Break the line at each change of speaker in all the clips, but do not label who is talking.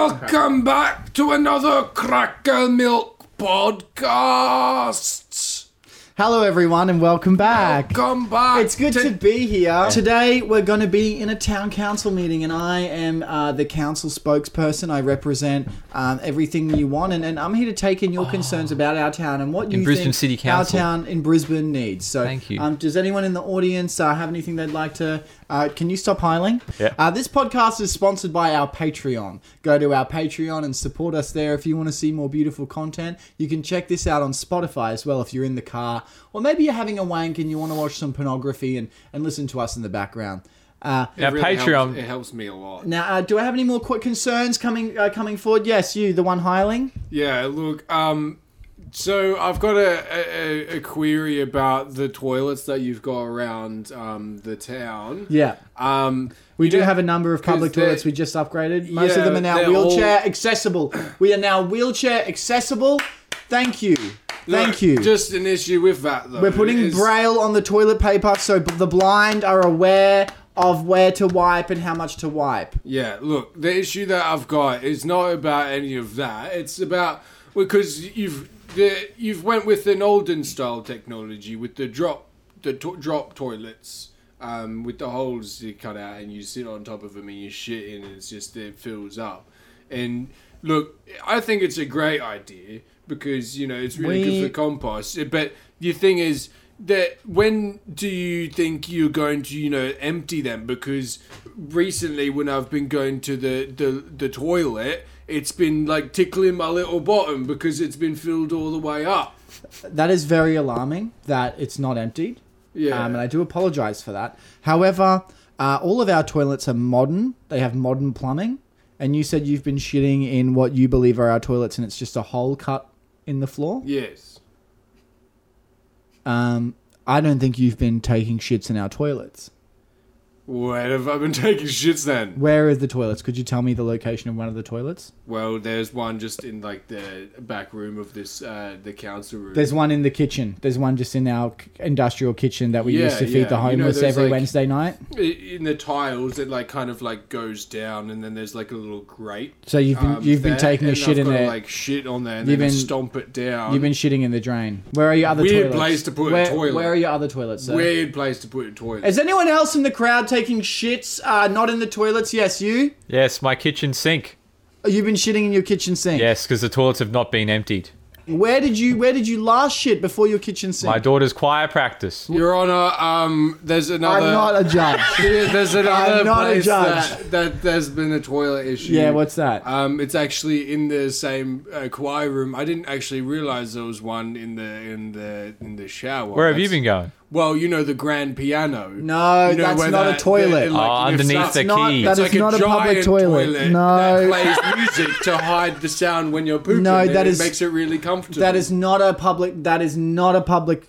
Welcome back to another Cracker Milk podcast.
Hello, everyone, and welcome back.
Oh,
Come back.
It's good to be here. Today, we're going to be in a town council meeting, and I am uh, the council spokesperson. I represent um, everything you want, and, and I'm here to take in your concerns about our town and what you
Oh. Brisbane
think
City Council.
our town in Brisbane needs. So,
Thank you.
Um, does anyone in the audience uh, have anything they'd like to? Uh, can you stop hiling?
Yeah.
Uh, this podcast is sponsored by our Patreon. Go to our Patreon and support us there if you want to see more beautiful content. You can check this out on Spotify as well if you're in the car, or maybe you're having a wank and you want to watch some pornography and, and listen to us in the background. Uh,
Our Patreon.
Helps, it helps me a lot.
now, uh, do I have any more quick concerns coming uh, coming forward? Yes, you, the one hiling.
Yeah, look, um, so I've got a, a, a query about the toilets that you've got around um, the town.
Yeah.
Um,
We do
Yeah,
have a number of public
'cause they're-
toilets we just upgraded. Most
Yeah,
of them are now
they're
wheelchair
all-
accessible. We are now wheelchair accessible. Thank you. Thank
look,
you.
Just an issue with that, though.
We're putting
is-
braille on the toilet paper so b- the blind are aware of where to wipe and how much to wipe.
Yeah, look, the issue that I've got is not about any of that. It's about because you've the you've went with an olden style technology with the drop the to- drop toilets um, with the holes you cut out and you sit on top of them and you shit in and it's just it fills up. And look, I think it's a great idea because you know it's really
We-
good for compost. But the thing is that when do you think you're going to you know empty them? Because recently, when I've been going to the the, the toilet, it's been like tickling my little bottom because it's been filled all the way up.
That is very alarming that it's not emptied.
Yeah.
Um, and I do apologize for that. However, uh, all of our toilets are modern, they have modern plumbing. And you said you've been shitting in what you believe are our toilets and it's just a hole cut in the floor?
Yes.
Um, I don't think you've been taking shits in our toilets.
Where have I been taking shits then?
Where are the toilets? Could you tell me the location of one of the toilets?
Well, there's one just in like the back room of this uh the council room.
There's one in the kitchen. There's one just in our k- industrial kitchen that we
Yeah,
used to feed
yeah.
the
You know,
homeless
there's
every
like-
Wednesday night.
I- in the tiles it like kind of like goes down and then there's like a little grate
So you've been
um,
you've been
there,
taking a
and
shit
I've
in
gotta,
there.
like shit on there and
You've
then
been-
stomp it down
you've been shitting in the drain. Where are your other
Weird
toilets?
place to put a
where,
toilet.
Where are your other toilets? Sir?
weird place to put a toilet
Is anyone else in the crowd taking shits? Uh, not in the toilets. Yes, you.
Yes, my kitchen sink.
You've been shitting in your kitchen sink.
Yes, because the toilets have not been emptied.
Where did you Where did you last shit before your kitchen sink?
My daughter's choir practice.
your honor um there's
I'm
another
not a judge.
there's another
I'm not a
place
judge.
That, that there's been a toilet issue
yeah, what's that?
um, it's actually in the same uh, choir room. I didn't actually realize there was one in the in the in the shower.
Where have you
That's-
been going?
Well, you know the grand piano.
No, that's
where
not a
that-
toilet.
it, like, lifts
Oh, underneath
up.
the
It's
not,
key.
that
It's
is not a, public
giant
toilet. No,
that plays music to hide the sound when you're pooping.
No,
and
that
it
is-
makes it really comfortable.
that is not a public. That is not a public.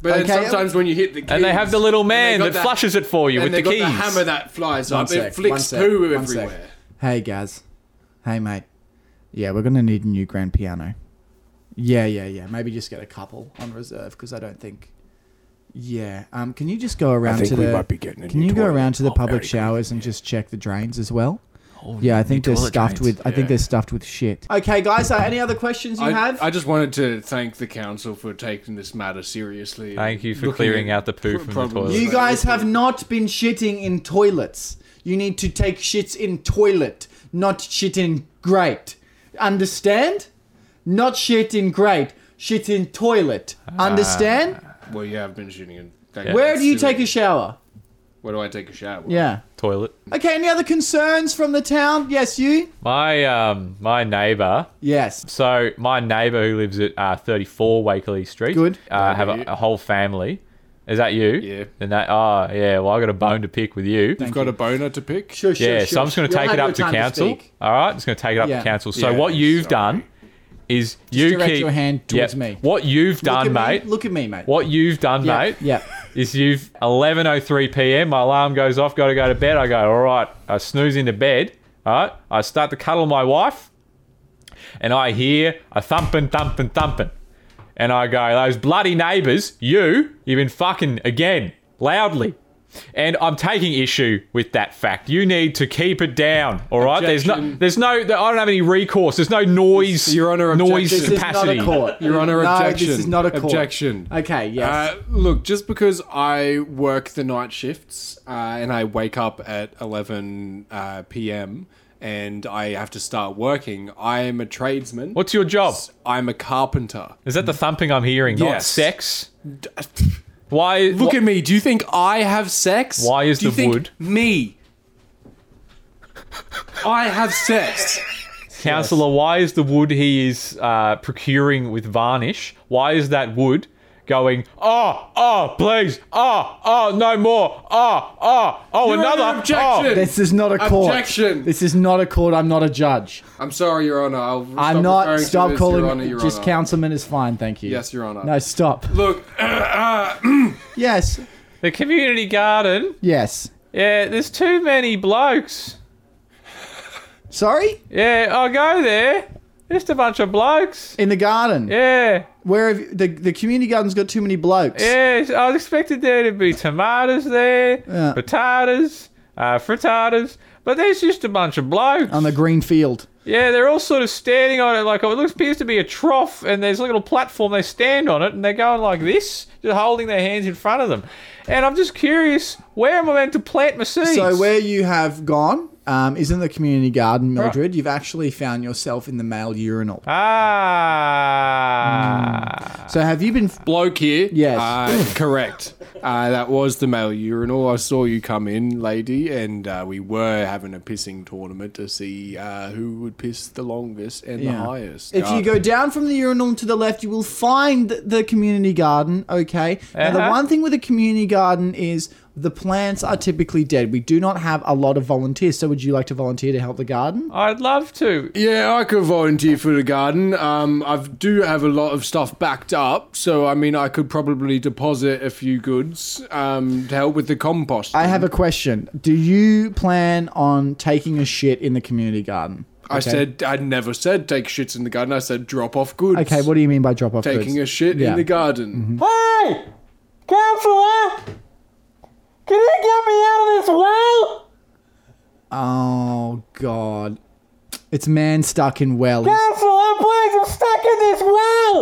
But then
okay.
sometimes when you hit the keys,
And they have the little
and they
man
got
that flushes it for you
and
with
they
the
got
keys.
the hammer that flies
One
up.
sec,
it flicks
one sec,
poo
one sec.
everywhere.
Hey, guys. Hey, mate. Yeah, we're gonna need a new grand piano. Yeah, yeah, yeah. Maybe just get a couple on reserve because I don't think. Yeah. Um. Can you just go around
think
to
we
the?
might be getting a
can
new
you go
toilet.
around to the
Oh,
public
very
showers and just check the drains as well? yeah, I think they're stuffed with. I
Yeah.
think they're stuffed with shit. Okay, guys. Uh, any other questions you
I,
have?
I just wanted to thank the council for taking this matter seriously.
Thank you for
Looking
clearing
at
out the poo
pro-
from the
problems
toilet.
You
that
guys
we-
have not been shitting in toilets. You need to take shits in toilet, not shit in grate. Understand? Not shit in grate, shit in toilet. Understand?
Well, you have been shooting. In, thank
Where do you
That's
take a
stupid.
shower?
Where do I take a shower?
Yeah.
Toilet.
Okay, any other concerns from the town? Yes, you?
My um my neighbour.
Yes.
So my neighbour who lives at uh, 34 Wakeley Street.
Good.
Uh, have a, a whole family. Is that you?
Yeah.
And that oh yeah. Well I got a bone to pick with you.
You've got a boner to pick.
Sure, sure.
yeah,
sure,
so I'm just going to
sure.
take it
You'll
up
have
to
your time
council.
speak.
All right, just going to take it up
Yeah.
to council. So
Yeah,
what you've
sorry.
done is you
direct
keep
your hand towards
Yep.
me.
What
Look
you've done,
at me-
mate.
Look at me, mate.
What you've done,
Yeah,
mate,
Yeah.
is you've 11:03 p.m. My alarm goes off. Got to go to bed. I go. All right. I snooze into bed. All right. I start to cuddle my wife, and I hear a thumping, thumping, thumping, and I go, "Those bloody neighbours! You, you've been fucking again, loudly." And I'm taking issue with that fact. You need to keep it down, all right?
Objection.
There's no, there's no, I don't have any recourse. There's no noise,
Your Honor,
noise
objection.
This is not
capacity.
a court.
Your Honor,
no,
objection.
This is not a court.
Objection.
Okay, yes.
Uh, look, just because I work the night shifts uh, and I wake up at 11 uh, p.m. and I have to start working, I am a tradesman.
What's your job?
I'm a carpenter.
Is that the thumping I'm hearing? Not
Yes.
sex. Why?
Look at me. Do you think I have sex?
Why is
Do you
the
think
wood-
Me. I have sex.
Counselor, why is the wood he is uh, procuring with varnish? Why is that wood going? Oh, oh, please, oh, oh, no more, oh, oh, oh,
Your
another
Honor,
oh."
objection.
this is not a court.
Objection.
This is not a court. I'm not a judge.
I'm sorry, Your Honor. I'll stop
I'm
referring
not.
to
Stop
this,
calling.
Your Honor, Your
just
Honor.
councilman is fine. Thank you.
Yes, Your Honor.
No, stop.
Look, uh,
Yes.
The community garden.
Yes.
Yeah, there's too many blokes.
Sorry?
Yeah, I'll go there. Just a bunch of blokes.
In the garden.
Yeah,
Where have you, the the community garden's got too many blokes.
yeah. I was expected there to be tomatoes there,
Yeah.
potatoes, uh, frittatas, but there's just a bunch of blokes.
On the green field.
Yeah, they're all sort of standing on it like oh, it looks appears to be a trough, and there's a little platform. They stand on it, and they're going like this, just holding their hands in front of them. And I'm just curious, where am I meant to plant my seeds?
So where you have gone um, is in the community garden,
Right.
Mildred. You've actually found yourself in the male urinal.
Ah.
So have you been?
bloke here.
Yes.
Uh, correct. Uh, that was the male urinal. I saw you come in, lady, and uh, we were having a pissing tournament to see uh, who would piss the longest and the
Yeah.
highest.
If
Uh,
you go down from the urinal to the left, you will find the community garden. Okay. Now the
Uh-huh.
one thing with a community garden is the plants are typically dead. We do not have a lot of volunteers. So would you like to volunteer to help the garden?
I'd love to.
Yeah, I could volunteer for the garden. Um, I do have a lot of stuff backed up, so I mean, I could probably deposit a few goods um, to help with the compost.
I have a question. Do you plan on taking a shit in the community garden?
I
Okay.
said I never said take shits in the garden. I said drop off goods.
Okay, what do you mean by drop off?
taking a shit
Yeah. Mm-hmm.
in the garden?
Hey, counselor, can you get me out of this well?
Oh god. It's man stuck in well. He's-
Counselor, please, I'm stuck in this well.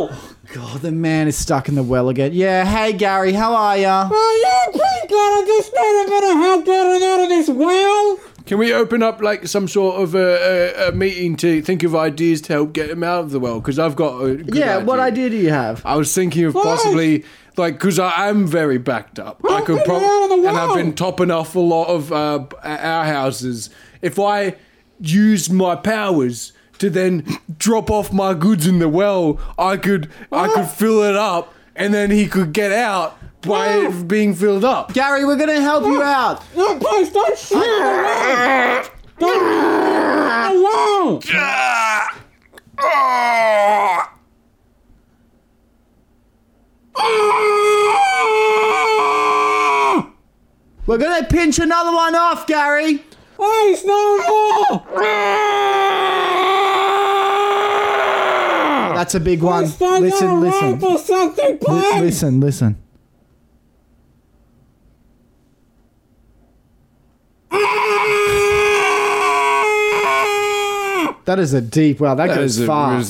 God, the man is stuck in the well again. Yeah, hey Gary, how are ya?
Oh, you keep going. I just need a bit of help getting out of this well.
Can we open up like some sort of a, a, a meeting to think of ideas to help get him out of the well? Because I've got a good
Yeah, what
idea.
idea do you have?
I was thinking of possibly like because I am very backed up. I could
get me out of the
probably and I've
well.
been topping off a lot of uh, our houses. If I use my powers to then drop off my goods in the well, I could I could fill it up, and then he could get out by it being filled up.
Gary, we're gonna help you out.
No, please, don't shit in the well. Don't alone.
We're gonna pinch another one off, Gary.
Please, no more.
Oh.
That's a big one.
Don't
Listen, listen.
or
Li-
something, please.
listen, listen.
Ah!
That is a deep well. That, goes far.
I'm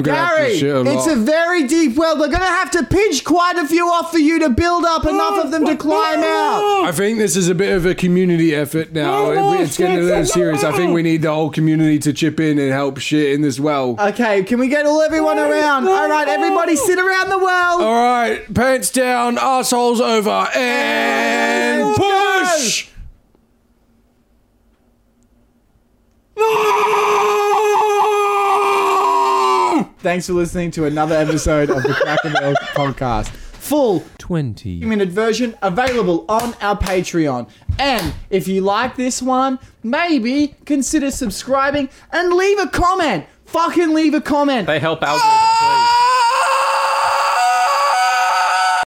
gonna have to
Gary,
shit a
it's
lot.
a very deep well. We're gonna have to pinch quite a few off for you to build up enough of them to climb out.
I think this is a bit of a community effort now.
No more
It- it's getting a little
shits in the
serious. I think we need the whole community to chip in and help shit in this well.
Uh,
Okay, can we get all everyone around? All right, everybody, sit around the well.
All right, pants down, assholes over, and push.
Thanks for listening to another episode of the Crack and Milk podcast. Full
20.
minute version available on our Patreon. And if you like this one, maybe consider subscribing and leave a comment. Fucking leave a comment.
They help algorithms.